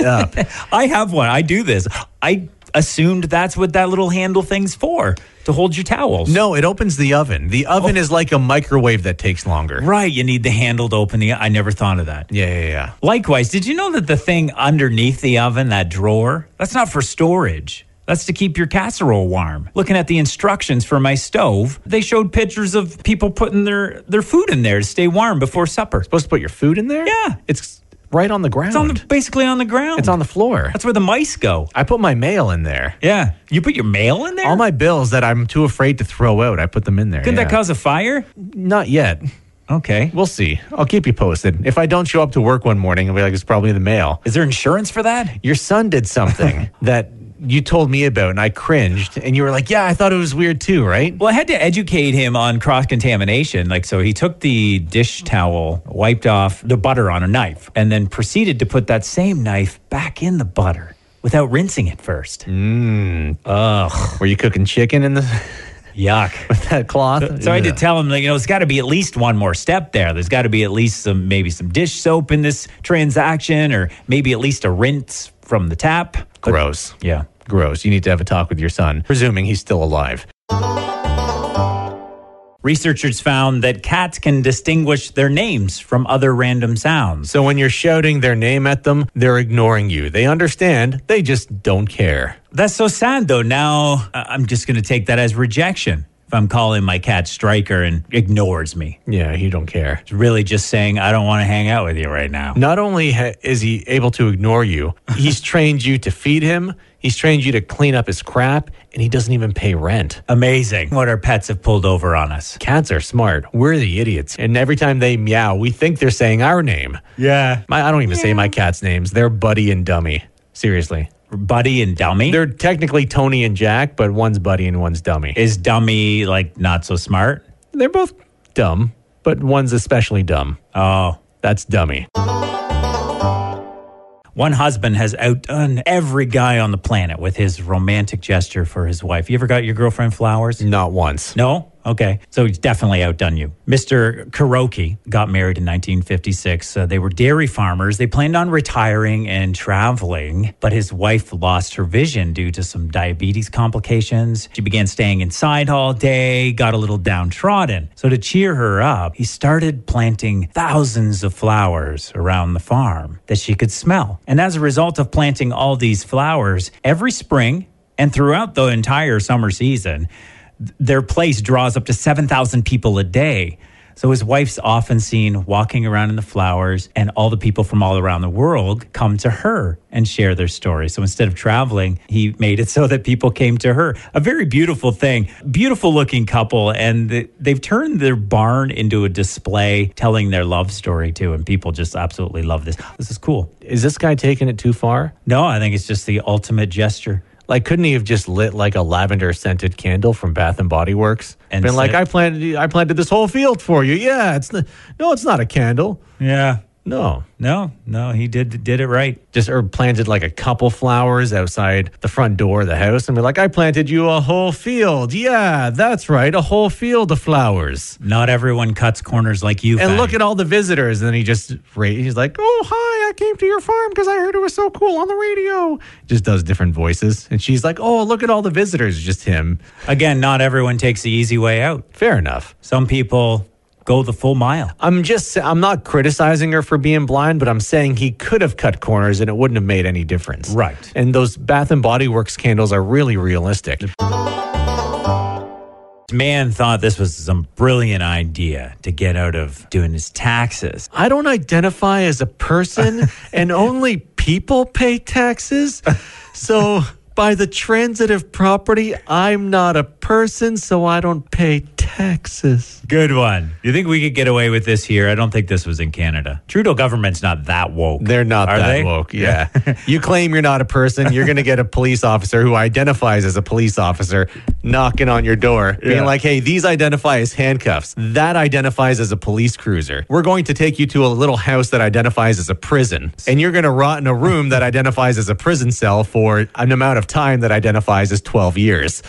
Speaker 2: [LAUGHS]
Speaker 3: up.
Speaker 2: I have one. I do this. I assumed that's what that little handle thing's for to hold your towels.
Speaker 3: No, it opens the oven. The oven
Speaker 2: Oh.
Speaker 3: is like a microwave that takes longer.
Speaker 2: Right. You need the handle to open the. I never thought of that.
Speaker 3: Yeah, yeah, yeah.
Speaker 2: Likewise, did you know that the thing underneath the oven, that drawer, that's not for storage. That's to keep your casserole warm. Looking at the instructions for my stove, they showed pictures of people putting their, their food in there to stay warm before supper.
Speaker 3: Supposed to put your food in there?
Speaker 2: Yeah.
Speaker 3: It's right on the ground.
Speaker 2: It's on the, basically on the ground.
Speaker 3: It's on the floor.
Speaker 2: That's where the mice go.
Speaker 3: I put my mail in there.
Speaker 2: Yeah. You put your mail in there?
Speaker 3: All my bills that I'm too afraid to throw out, I put them in there.
Speaker 2: Couldn't that
Speaker 3: yeah.
Speaker 2: cause a fire?
Speaker 3: Not yet.
Speaker 2: Okay.
Speaker 3: We'll see. I'll keep you posted. If I don't show up to work one morning, I'll be like, it's probably the mail.
Speaker 2: Is there insurance for that?
Speaker 3: Your son did
Speaker 2: [LAUGHS]
Speaker 3: something that you told me about, and I cringed. And you were like, yeah, I thought it was weird too, right?
Speaker 2: Well, I had to educate him on cross contamination. Like, so he took the dish towel, wiped off the butter on a knife, and then proceeded to put that same knife back in the butter without rinsing it first.
Speaker 3: Were you cooking chicken in the [LAUGHS]
Speaker 2: Yuck.
Speaker 3: that cloth?
Speaker 2: So I had to tell him, like, you know, there's got to be at least one more step there. There's got to be at least some, maybe some dish soap in this transaction, or maybe at least a rinse from the tap. But-
Speaker 3: Gross.
Speaker 2: yeah.
Speaker 3: Gross. You need to have a talk with your son, presuming he's still alive.
Speaker 2: Researchers found that cats can distinguish their names from other random sounds.
Speaker 3: So when you're shouting their name at them, they're ignoring you. They understand, they just don't care.
Speaker 2: That's so sad, though. Now I- I'm just going to take that as rejection. If I'm calling my cat Striker and ignores me,
Speaker 3: Yeah, he don't care.
Speaker 2: it's really just saying I don't want to hang out with you right now.
Speaker 3: Not only ha- is he able to ignore you, he's trained you to feed him, he's trained you to clean up his crap, and he doesn't even pay rent.
Speaker 2: Amazing what our pets have pulled over on us.
Speaker 3: Cats are smart. We're the idiots. And every time they meow, we think they're saying our name.
Speaker 2: Yeah,
Speaker 3: My, I don't even say my cat's names. They're Buddy and Dummy. Seriously.
Speaker 2: buddy and dummy.
Speaker 3: They're technically Tony and Jack, but one's Buddy and one's Dummy.
Speaker 2: Is dummy like not so smart?
Speaker 3: They're both dumb, but one's especially dumb.
Speaker 2: Oh,
Speaker 3: That's dummy.
Speaker 2: one husband has outdone every guy on the planet with his romantic gesture for his wife. You ever got your girlfriend flowers?
Speaker 3: Not once.
Speaker 2: No? Okay. So he's definitely outdone you. Mr. Kuroki got married in 1956. Uh, they were dairy farmers. They planned on retiring and traveling, but his wife lost her vision due to some diabetes complications. She began staying inside all day, got a little downtrodden. So to cheer her up, he started planting thousands of flowers around the farm that she could smell. And as a result of planting all these flowers, every spring, And throughout the entire summer season, th- their place draws up to 7,000 people a day. So his wife's often seen walking around in the flowers, and all the people from all around the world come to her and share their story. So instead of traveling, he made it [LAUGHS] so that people came to her. A very beautiful thing, beautiful looking couple, and th- they've turned their barn into a display telling their love story too. And people just absolutely love this. This is cool.
Speaker 3: Is this guy taking it too far?
Speaker 2: No, I think it's just the ultimate gesture.
Speaker 3: Like, couldn't he have just lit like a lavender scented candle from Bath and Body Works
Speaker 2: And
Speaker 3: and been like,
Speaker 2: said-
Speaker 3: "I planted, I planted this whole field for you." Yeah, it's the, no, it's not a candle.
Speaker 2: Yeah.
Speaker 3: No,
Speaker 2: No, no, he did did it right.
Speaker 3: just or planted like a couple flowers outside the front door of the house and be like, "I planted you a whole field." Yeah, that's right, a whole field of flowers.
Speaker 2: Not everyone cuts corners like you.
Speaker 3: And
Speaker 2: Fatty.
Speaker 3: look at all the visitors. And then he just ra- he's like, "Oh hi, I came to your farm because I heard it was so cool on the radio." Just does different voices, and she's like, "Oh look at all the visitors." Just him.
Speaker 2: Again, not everyone takes the easy way out.
Speaker 3: Fair enough.
Speaker 2: Some people go the full mile.
Speaker 3: I'm just I'm not criticizing her for being blind, but I'm saying he could have cut corners and it wouldn't have made any difference.
Speaker 2: Right.
Speaker 3: And those Bath and Body Works candles are really realistic.
Speaker 2: Man thought this was some brilliant idea to get out of doing his taxes.
Speaker 3: I don't identify as a person and only people pay taxes. So by the transitive property, I'm not a person, so I don't pay taxes.
Speaker 2: Good one. You think we could get away with this here? I don't think this was in Canada. Trudeau government's not that woke.
Speaker 3: They're not
Speaker 2: Are
Speaker 3: that
Speaker 2: they?
Speaker 3: woke. Yeah. [LAUGHS] you claim you're not a person, you're going to get a police officer who identifies as a police officer knocking on your door, being
Speaker 2: Yeah.
Speaker 3: like, hey, these identify as handcuffs. That identifies as a police cruiser. We're going to take you to a little house that identifies as a prison. And you're going to rot in a room that identifies as a prison cell for an amount of time that identifies as 12 years.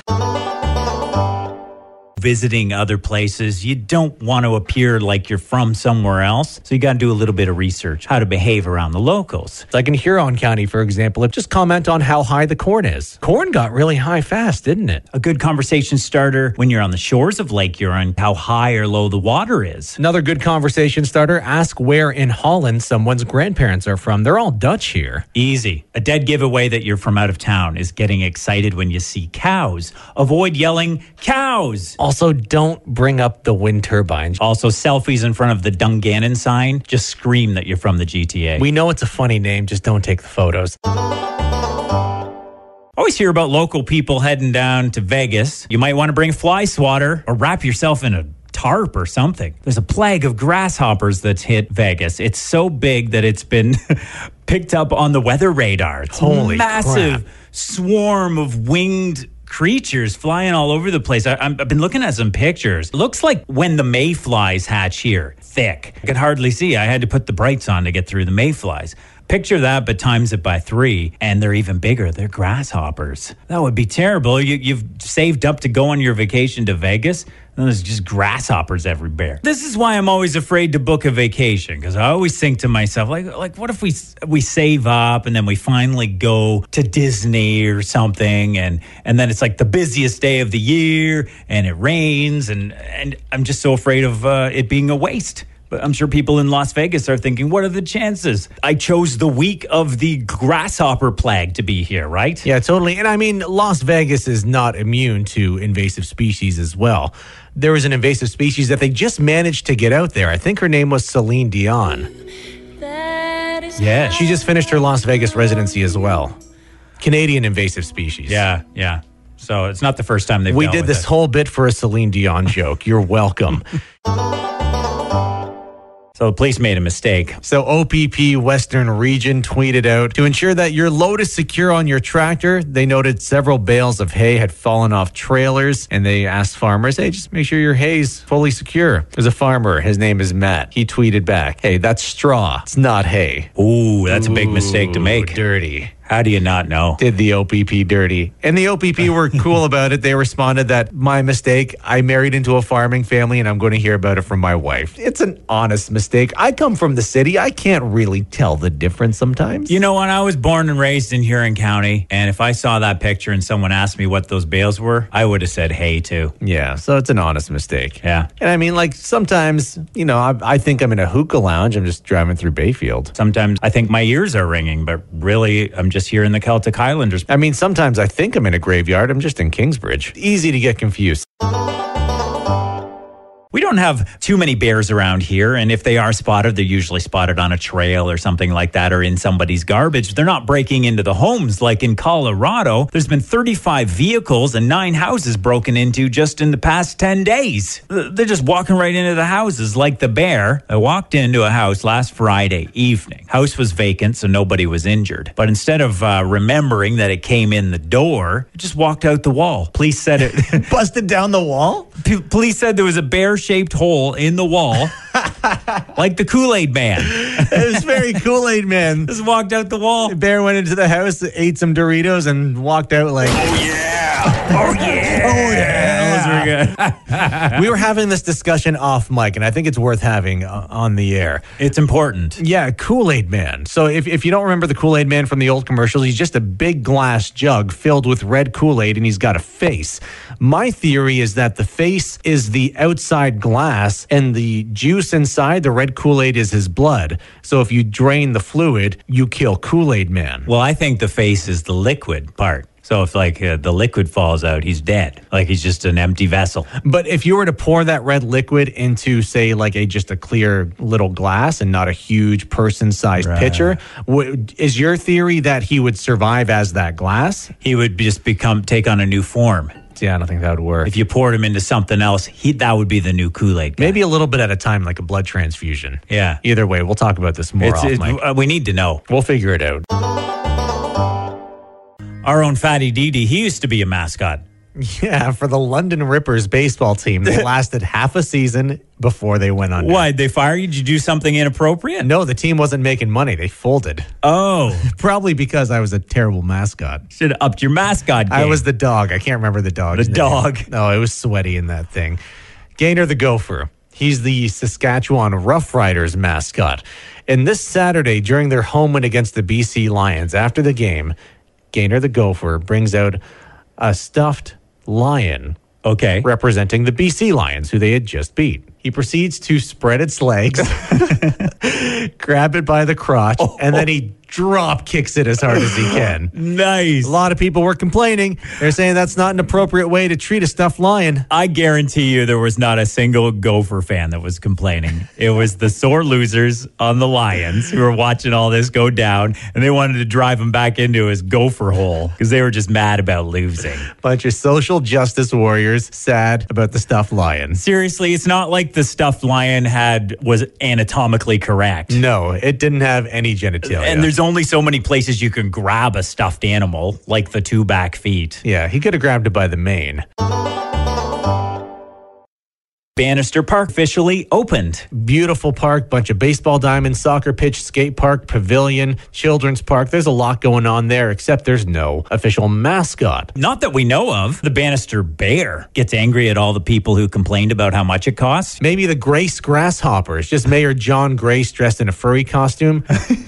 Speaker 2: Visiting other places, you don't want to appear like you're from somewhere else. So you got to do a little bit of research how to behave around the locals.
Speaker 3: Like in Huron County, for example, if just comment on how high the corn is. Corn got really high fast, didn't it?
Speaker 2: A good conversation starter when you're on the shores of Lake Huron, how high or low the water is.
Speaker 3: Another good conversation starter ask where in Holland someone's grandparents are from. They're all Dutch here.
Speaker 2: Easy. A dead giveaway that you're from out of town is getting excited when you see cows. Avoid yelling, cows!
Speaker 3: Also, don't bring up the wind turbines.
Speaker 2: Also, selfies in front of the Dungannon sign. Just scream that you're from the GTA. We
Speaker 3: We know it's a funny name, just don't take the photos.
Speaker 2: always hear about local people heading down to Vegas. You might want to bring a fly swatter or wrap yourself in a tarp or something. There's a plague of grasshoppers that's hit Vegas. It's so big that it's been [LAUGHS] picked up on the weather radar. It's
Speaker 3: Holy
Speaker 2: massive.
Speaker 3: crap.
Speaker 2: swarm of winged creatures flying all over the place. I, I'm- I've been looking at some pictures. Looks like when the mayflies hatch here, thick. I could hardly see. I had to put the brights on to get through the mayflies. Picture that, but times it by three, and they're even bigger. They're grasshoppers. That would be terrible. You, you've saved up to go on your vacation to Vegas, and then there's just grasshoppers everywhere. This is why I'm always afraid to book a vacation because I always think to myself, like, like what if we we save up and then we finally go to Disney or something, and and then it's like the busiest day of the year and it rains, and and I'm just so afraid of uh, it being a waste. But I'm sure people in Las Vegas are thinking, what are the chances? I chose the week of the grasshopper plague to be here, right?
Speaker 3: Yeah, totally. And I mean, Las Vegas is not immune to invasive species as well. There was an invasive species that they just managed to get out there. I think her name was Celine Dion.
Speaker 4: That is
Speaker 2: Yeah,
Speaker 3: She just finished her Las Vegas residency as well. Canadian invasive species.
Speaker 2: yeah, yeah. So it's not the first time they've
Speaker 3: We
Speaker 2: dealt
Speaker 3: did
Speaker 2: with
Speaker 3: this
Speaker 2: it.
Speaker 3: whole bit for a Celine Dion joke.
Speaker 2: [LAUGHS]
Speaker 3: You're welcome.
Speaker 2: So the police made a mistake.
Speaker 3: So OPP Western Region tweeted out to ensure that your load is secure on your tractor. They noted several bales of hay had fallen off trailers, and they asked farmers, "Hey, just make sure your hay's fully secure." There's a farmer. His name is Matt. He tweeted back, "Hey, that's straw. It's not hay."
Speaker 2: Ooh, that's a big mistake to
Speaker 3: Ooh,
Speaker 2: make.
Speaker 3: Dirty.
Speaker 2: How do you not know?
Speaker 3: Did the OPP dirty. And the OPP [LAUGHS] were cool about it. They responded that, my mistake. I married into a farming family and I'm going to hear about it from my wife. It's an honest mistake. I come from the city. I can't really tell the difference sometimes.
Speaker 2: You know, when I was born and raised in Huron County, and if I saw that picture and someone asked me what those bales were, I would have said, hey, too.
Speaker 3: Yeah, so it's an honest mistake.
Speaker 2: Yeah.
Speaker 3: And I mean, like, sometimes, you know, I, I think I'm in a hookah lounge. I'm just driving through Bayfield.
Speaker 2: Sometimes I think my ears are ringing, but really, I'm just here in the Celtic Highlanders.
Speaker 5: I mean, sometimes I think I'm in a graveyard. I'm just in Kingsbridge. Easy to get confused.
Speaker 2: We don't have too many bears around here, and if they are spotted, they're usually spotted on a trail or something like that, or in somebody's garbage. They're not breaking into the homes like in Colorado. There's been 35 vehicles and nine houses broken into just in the past 10 days. Th- They're just walking right into the houses like the bear. I walked into a house last Friday evening. House was vacant, so nobody was injured. But instead of uh, remembering that it came in the door, it just walked out the wall. Police said it. [LAUGHS]
Speaker 3: Busted down the wall?
Speaker 2: P- police said there was a bear shaped hole in the wall, [LAUGHS] like the Kool Aid man.
Speaker 3: [LAUGHS]
Speaker 2: [LAUGHS]
Speaker 3: It was very Kool Aid Man.
Speaker 2: Just walked out the wall.
Speaker 3: The bear went into the house, ate some Doritos, and walked out like, [LAUGHS] Oh,
Speaker 2: Those were good.
Speaker 3: we were having this discussion off mic, and I think it's worth having uh, on the air.
Speaker 2: It's important.
Speaker 3: Yeah, Kool Aid Man. So if, if you don't remember the Kool Aid Man from the old commercials, he's just a big glass jug filled with red Kool Aid and he's got a face. My theory is that the face is the outside glass and the juice inside, the red Kool Aid, is his blood. So if you drain the fluid, you kill Kool Aid Man.
Speaker 2: Well, I think the face is the liquid part. So if like uh, the liquid falls out, he's dead. Like he's just an empty vessel.
Speaker 3: But if you were to pour that red liquid into, say, like a just a clear little glass and not a huge person-sized pitcher, w- is your theory that he would survive as that glass?
Speaker 2: He would be- just become take on a new form.
Speaker 3: Yeah, I don't think that would work.
Speaker 2: If you poured him into something else, he that would be the new Kool Aid.
Speaker 3: Maybe a little bit at a time, like a blood transfusion.
Speaker 2: Yeah.
Speaker 3: Either way, we'll talk about this more
Speaker 2: It's,
Speaker 3: off
Speaker 2: it,
Speaker 3: mic.
Speaker 2: uh, we need to know.
Speaker 3: We'll figure it out.
Speaker 2: Our own Fatty Didi, he used to be a mascot.
Speaker 3: Yeah, for the London Rippers baseball team [LAUGHS] that lasted half a season before they went under.
Speaker 2: Why? They fire you? Did you do something inappropriate?
Speaker 3: No, the team wasn't making money. They folded.
Speaker 2: Oh. [LAUGHS]
Speaker 3: Probably because I was a terrible mascot.
Speaker 2: Should have upped your mascot game.
Speaker 3: I was the dog. I can't remember the dog.
Speaker 2: The dog.
Speaker 3: No, it was sweaty in that thing. Gainer the Gopher. He's the Saskatchewan Rough Riders mascot. And this Saturday, during their home win against the BC Lions, after the game, Gainer the Gopher brings out a stuffed lion
Speaker 2: okay.
Speaker 3: representing the BC Lions, who they had just beat. He proceeds to spread its legs, [LAUGHS] grab it by the crotch, and
Speaker 2: [LAUGHS]
Speaker 3: then he drop kicks it as hard as he can.
Speaker 2: Nice.
Speaker 3: A lot of people were complaining. They're saying that's not an appropriate way to treat a stuffed lion.
Speaker 2: I guarantee you there was not a single Gopher fan that was complaining. It was the sore losers on the Lions who were watching all this go down and they wanted to drive him back into his gopher hole because they were just mad about losing.
Speaker 3: Bunch of social justice warriors sad about the stuffed lion.
Speaker 2: Seriously, it's not like the stuffed lion had was anatomically correct.
Speaker 3: No, it didn't have any genitalia.
Speaker 2: And there's only so many places you can grab a stuffed animal, like the two back feet.
Speaker 3: yeah, he could have grabbed it by the mane.
Speaker 2: Bannister Park officially opened.
Speaker 3: Beautiful park, bunch of baseball diamonds, soccer pitch, skate park, pavilion, children's park. There's a lot going on there, except there's no official mascot.
Speaker 2: Not that we know of. The Bannister Bear gets angry at all the people who complained about how much it costs.
Speaker 3: Maybe the Grace Grasshoppers, just Mayor John Grace dressed in a
Speaker 2: [LAUGHS]
Speaker 3: furry costume.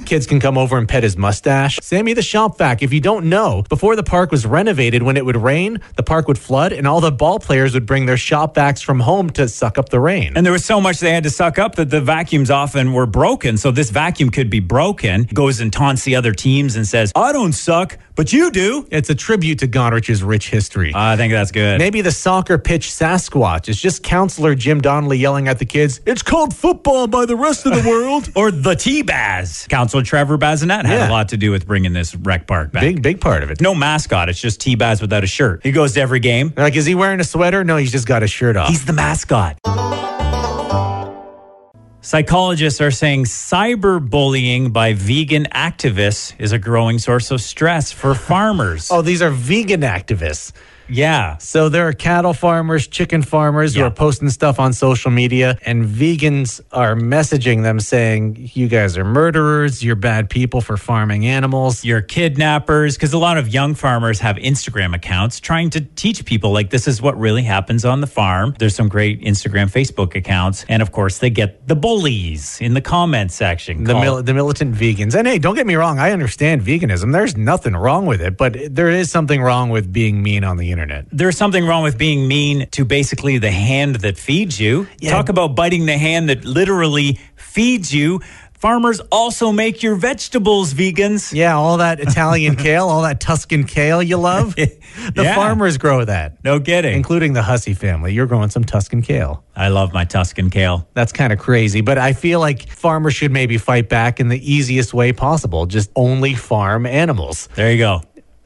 Speaker 3: Kids can come over and pet his mustache. Sammy the Shop Vac, if you don't know, before the park was renovated, when it would rain, the park would flood, and all the ball players would bring their shop vacs from home to suck up the rain.
Speaker 2: And there was so much they had to suck up that the vacuums often were broken. So this vacuum could be broken, goes and taunts the other teams and says, I don't suck, but you do.
Speaker 3: it's a tribute to Godrich's rich history.
Speaker 2: I think that's good.
Speaker 3: Maybe the soccer pitch Sasquatch is just counselor Jim Donnelly yelling at the kids, It's called football by the rest of
Speaker 2: [LAUGHS]
Speaker 3: the world.
Speaker 2: or the T Baz. Council Trevor Bazinet had
Speaker 3: Yeah.
Speaker 2: a lot to do with bringing this rec park back.
Speaker 3: big, big part of it.
Speaker 2: No mascot. It's just T Baz without a shirt. He goes to every game.
Speaker 3: They're like, is he wearing a sweater? No, he's just got his shirt off.
Speaker 2: He's the mascot. Psychologists are saying cyberbullying by vegan activists is a growing source of stress for [LAUGHS] farmers.
Speaker 3: oh, these are vegan activists.
Speaker 2: Yeah.
Speaker 3: So there are cattle farmers, chicken farmers who
Speaker 2: Yeah.
Speaker 3: are posting stuff on social media, and vegans are messaging them saying, You guys are murderers, you're bad people for farming animals.
Speaker 2: Your kidnappers, because a lot of young farmers have Instagram accounts trying to teach people like this is what really happens on the farm. There's some great Instagram, Facebook accounts. And of course, they get the bullies in the comment section.
Speaker 3: The,
Speaker 2: called-
Speaker 3: mil- the militant vegans. And hey, don't get me wrong, I understand veganism. There's nothing wrong with it, but there is something wrong with being mean on the internet.
Speaker 2: there's something wrong with being mean to basically the hand that feeds you. Talk about biting the hand that literally feeds you. Farmers also make your vegetables vegans.
Speaker 3: Yeah, all that [LAUGHS] Italian kale, all that Tuscan kale you [LAUGHS] love. The
Speaker 2: Yeah.
Speaker 3: farmers grow that,
Speaker 2: No kidding.
Speaker 3: including the Hussey family. You're growing some Tuscan kale.
Speaker 2: I love my Tuscan kale.
Speaker 3: That's kind of crazy, but I feel like farmers should maybe fight back in the easiest way possible. Just only farm animals.
Speaker 2: There you go.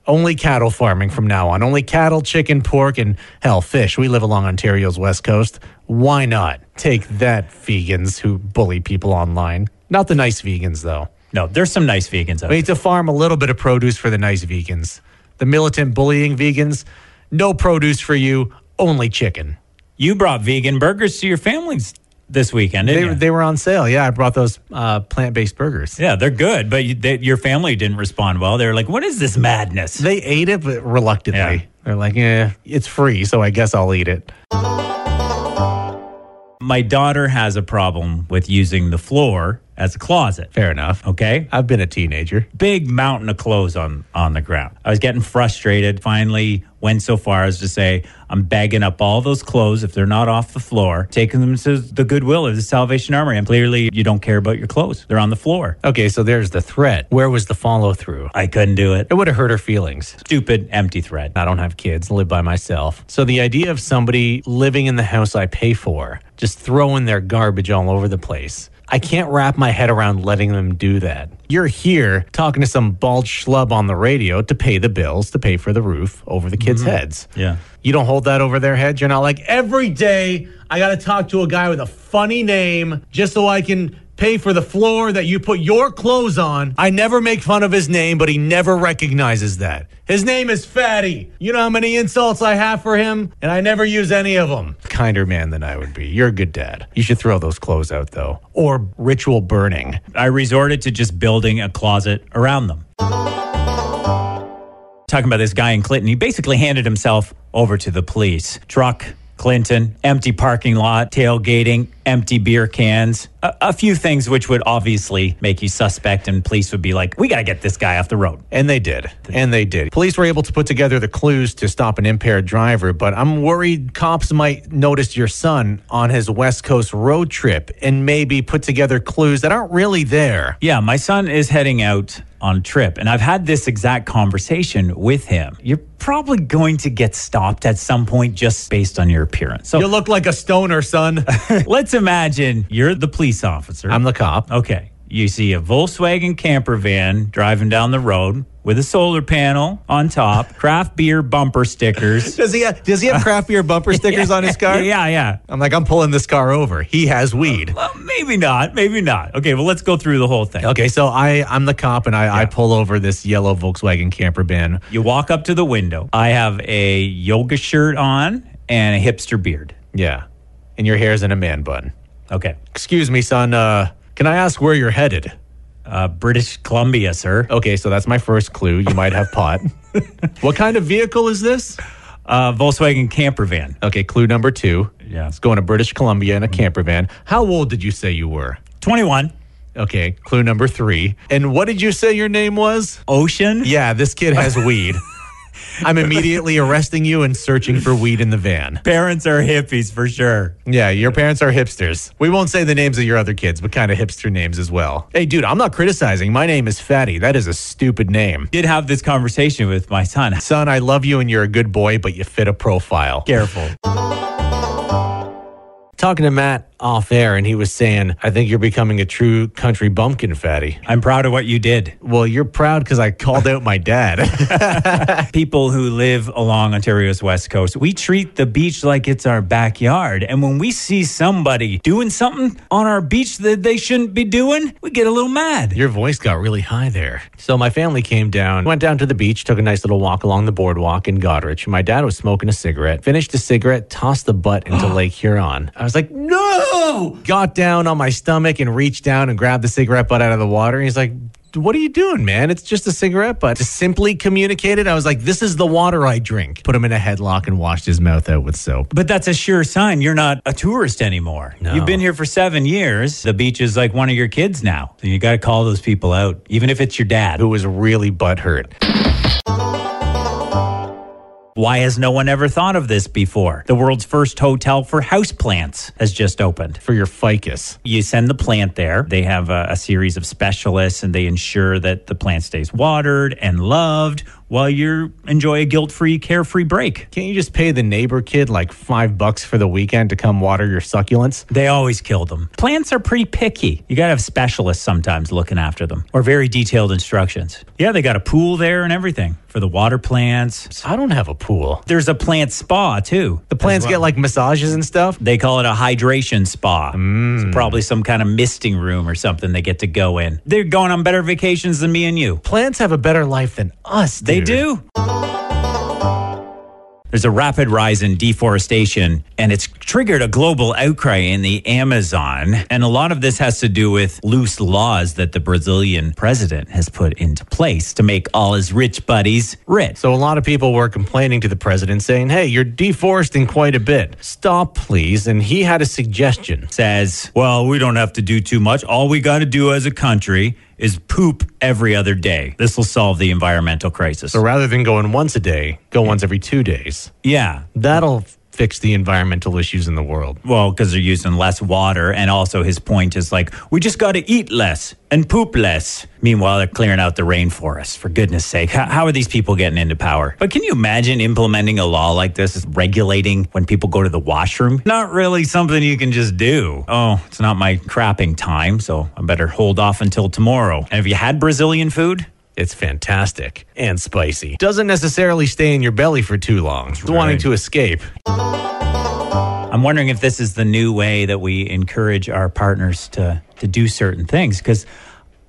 Speaker 3: Only cattle farming from now on. Only cattle, chicken, pork, and hell, fish. We live along Ontario's west coast. Why not? Take that, vegans who bully people online. Not the nice vegans, though.
Speaker 2: No, there's some nice vegans out there.
Speaker 3: We need to farm a little bit of produce for the nice vegans. The militant bullying vegans, no produce for you, only chicken.
Speaker 2: You brought vegan burgers to your families this weekend,
Speaker 3: They,
Speaker 2: didn't you?
Speaker 3: they were on sale. Yeah, I brought those uh, plant based burgers.
Speaker 2: yeah, they're good, but you, they, your family didn't respond well. They were like, what is this madness?
Speaker 3: They ate it, but reluctantly.
Speaker 2: Yeah.
Speaker 3: They're like, eh, it's free, so I guess I'll eat it.
Speaker 2: My daughter has a problem with using the floor as a closet.
Speaker 3: Fair enough.
Speaker 2: Okay.
Speaker 3: I've been a teenager.
Speaker 2: big mountain of clothes on on the ground. I was getting frustrated. Finally, went so far as to say, "I'm bagging up all those clothes if they're not off the floor, taking them to the Goodwill or the Salvation Army." And clearly, you don't care about your clothes; they're on the floor.
Speaker 3: Okay, so there's the threat. Where was the follow through?
Speaker 2: I couldn't do it.
Speaker 3: It would have hurt her feelings.
Speaker 2: Stupid empty thread.
Speaker 3: I don't have kids, live by myself. So the idea of somebody living in the house I pay for, just throwing their garbage all over the place. I can't wrap my head around letting them do that. You're here talking to some bald schlub on the radio to pay the bills, to pay for the roof over the kids' heads.
Speaker 2: Yeah.
Speaker 3: You don't hold that over their heads. You're not like, every day I got to talk to a guy with a funny name just so I can pay for the floor that you put your clothes on. I never make fun of his name, but he never recognizes that. His name is Fatty. You know how many insults I have for him, and I never use any of them. Kinder man than I would be. You're a good dad. You should throw those clothes out, though. Or ritual burning.
Speaker 2: I resorted to just building a closet around them. Talking about this guy in Clinton, he basically handed himself over to the police. Truck, Clinton, empty parking lot, tailgating, empty beer cans, a, a few things which would obviously make you suspect, and police would be like, we got to get this guy off the road.
Speaker 3: And they did. And they did. Police were able to put together the clues to stop an impaired driver, but I'm worried cops might notice your son on his West Coast road trip and maybe put together clues that aren't really there.
Speaker 2: Yeah, my son is heading out on a trip, and I've had this exact conversation with him. You're probably going to get stopped at some point just based on your appearance. So
Speaker 3: You look like a stoner, [LAUGHS] son.
Speaker 2: Let's imagine you're the police officer.
Speaker 3: I'm the cop.
Speaker 2: okay. You see a Volkswagen camper van driving down the road with a solar panel on top, craft beer bumper
Speaker 3: [LAUGHS]
Speaker 2: stickers.
Speaker 3: Does he have, does he have craft beer bumper stickers on [LAUGHS] his car?
Speaker 2: Yeah, yeah.
Speaker 3: I'm like, I'm pulling this car over. He has weed.
Speaker 2: Well, maybe not. Maybe not. Okay, well, let's go through the whole thing.
Speaker 3: Okay, so I, I'm the cop and I, I pull over this yellow Volkswagen camper van.
Speaker 2: You walk up to the window. I have a yoga shirt on and a hipster beard.
Speaker 3: Yeah. And your hair's in a man bun.
Speaker 2: Okay.
Speaker 3: Excuse me, son. Uh, can I ask where you're headed?
Speaker 2: Uh, British Columbia, sir.
Speaker 3: Okay, so that's my first clue. You might have pot. what kind of vehicle is this?
Speaker 2: Uh, Volkswagen camper van.
Speaker 3: Okay, clue number two.
Speaker 2: Yeah.
Speaker 3: It's going to British Columbia in a camper van. How old did you say you were?
Speaker 2: 21.
Speaker 3: Okay, clue number three. And what did you say your name was? Oh,
Speaker 2: Ocean.
Speaker 3: Yeah, this kid has weed. I'm immediately arresting you and searching for weed in the van.
Speaker 2: Parents are hippies for sure.
Speaker 3: Yeah, your parents are hipsters. We won't say the names of your other kids, but kind of hipster names as well. Hey, dude, I'm not criticizing. My name is Fatty. That is a stupid name.
Speaker 2: Did have this conversation with my son.
Speaker 3: Son, I love you and you're a good boy, but you fit a profile.
Speaker 2: Careful.
Speaker 3: talking to Matt off air, and he was saying, I think you're becoming a true country bumpkin fatty.
Speaker 2: I'm proud of what you did.
Speaker 3: Well, you're proud because I called out my dad. [LAUGHS]
Speaker 2: People who live along Ontario's west coast, we treat the beach like it's our backyard. And when we see somebody doing something on our beach that they shouldn't be doing, we get a little mad.
Speaker 3: Your voice got really high there. So my family came down, went down to the beach, took a nice little walk along the boardwalk in Goderich. My dad was smoking a cigarette, finished his cigarette, tossed the butt into Lake Huron. I was like, no! Got down on my stomach and reached down and grabbed the cigarette butt out of the water. He's like, what are you doing, man? It's just a cigarette butt. To simply communicate it, I was like, this is the water I drink. Put him in a headlock and washed his mouth out with soap.
Speaker 2: But that's a sure sign you're not a tourist anymore. You've been here for seven years. The beach is like one of your kids now. So you got to call those people out, even if it's your dad.
Speaker 3: Who was really butthurt.
Speaker 2: Why has no one ever thought of this before? The world's first hotel for houseplants has just opened.
Speaker 3: for your ficus.
Speaker 2: You send the plant there. They have a, a series of specialists and they ensure that the plant stays watered and loved while you enjoy a guilt free, carefree break.
Speaker 3: Can't you just pay the neighbor kid like five bucks for the weekend to come water your succulents?
Speaker 2: They always kill them. Plants are pretty picky. You got to have specialists sometimes looking after them or very detailed instructions. Yeah, they got a pool there and everything for the water plants.
Speaker 3: I don't have a pool.
Speaker 2: There's a plant spa too.
Speaker 3: The plants get like massages and stuff.
Speaker 2: They call it a hydration spa. It's probably some kind of misting room or something they get to go in. They're going on better vacations than me and you.
Speaker 3: Plants have a better life than us.
Speaker 2: They
Speaker 3: dude.
Speaker 2: do. There's a rapid rise in deforestation, and it's triggered a global outcry in the Amazon. And a lot of this has to do with loose laws that the Brazilian president has put into place to make all his rich buddies rich.
Speaker 3: So a lot of people were complaining to the president saying, "Hey, you're deforesting quite a bit. Stop, please." And he had a suggestion.
Speaker 2: says, well, we don't have to do too much. All we got to do as a country is poop every other day. This will solve the environmental crisis.
Speaker 3: So rather than going once a day, go once every 2 days.
Speaker 2: Yeah.
Speaker 3: That'll fix the environmental issues in the world.
Speaker 2: Well, because they're using less water. And also, his point is like, we just got to eat less and poop less. Meanwhile, they're clearing out the rainforest. For goodness sake, how, how are these people getting into power? But can you imagine implementing a law like this, is regulating when people go to the washroom? Not really something you can just do. Oh, it's not my crapping time, so I better hold off until tomorrow. And have you had Brazilian food?
Speaker 3: It's fantastic and spicy. Doesn't necessarily stay in your belly for too long. It's wanting
Speaker 2: right.
Speaker 3: to escape.
Speaker 2: I'm wondering if this is the new way that we encourage our partners to to do certain things because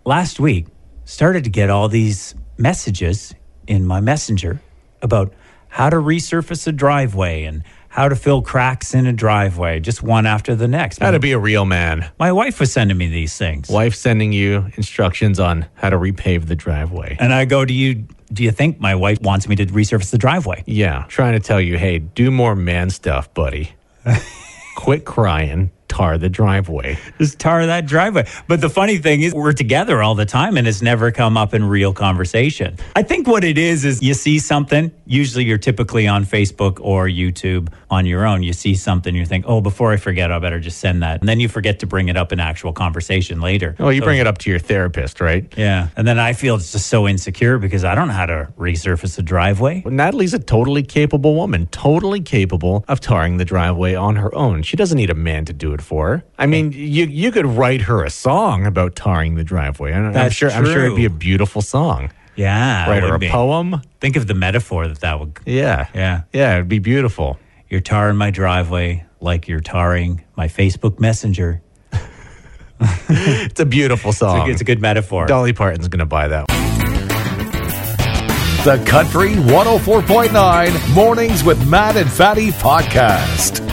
Speaker 2: last week started to get all these messages in my messenger about how to resurface a driveway and how to fill cracks in a driveway just one after the next.
Speaker 3: How to be a real man.
Speaker 2: my wife was sending me these things.
Speaker 3: Wife sending you instructions on how to repave the driveway.
Speaker 2: And I go, "Do you do you think my wife wants me to resurface the driveway?"
Speaker 3: Yeah, trying to tell you, hey, do more man stuff, buddy. [LAUGHS] Quit crying, tar the driveway.
Speaker 2: just tar that driveway. But the funny thing is, we're together all the time and it's never come up in real conversation. I think what it is is you see something, usually you're typically on Facebook or YouTube on your own. You see something, you think, oh, before I forget, I better just send that. And then you forget to bring it up in actual conversation later.
Speaker 3: Well, you bring it up to your therapist, right?
Speaker 2: Yeah. And then I feel just so insecure because I don't know how to resurface a driveway.
Speaker 3: But Natalie's a totally capable woman, totally capable of tarring the driveway on her own. She doesn't need a man to do it for her. I mean, you you could write her a song about tarring the driveway. And I'm
Speaker 2: That's
Speaker 3: sure I'm sure it'd be a
Speaker 2: true.
Speaker 3: beautiful song.
Speaker 2: Yeah.
Speaker 3: Write
Speaker 2: it
Speaker 3: her a
Speaker 2: would be.
Speaker 3: poem.
Speaker 2: Think of the metaphor that that would.
Speaker 3: Yeah.
Speaker 2: Yeah.
Speaker 3: Yeah, it'd be beautiful.
Speaker 2: You're tarring my driveway like you're tarring my Facebook Messenger.
Speaker 3: It's a beautiful
Speaker 2: It's
Speaker 3: song.
Speaker 2: a, it's a good metaphor.
Speaker 3: Dolly Parton's gonna buy that one.
Speaker 1: oh The Country 104.9 Mornings with Matt and Fatty Podcast.